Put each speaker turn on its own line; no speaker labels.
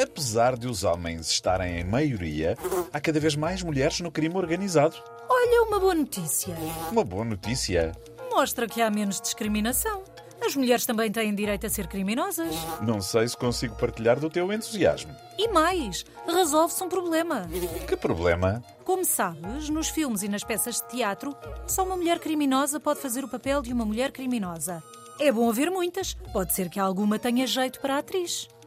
Apesar de os homens estarem em maioria, há cada vez mais mulheres no crime organizado.
Olha, uma boa notícia.
Uma boa notícia.
Mostra que há menos discriminação. As mulheres também têm direito a ser criminosas.
Não sei se consigo partilhar do teu entusiasmo.
E mais, resolve-se um problema.
Que problema?
Como sabes, nos filmes e nas peças de teatro, só uma mulher criminosa pode fazer o papel de uma mulher criminosa. É bom haver muitas. Pode ser que alguma tenha jeito para a atriz.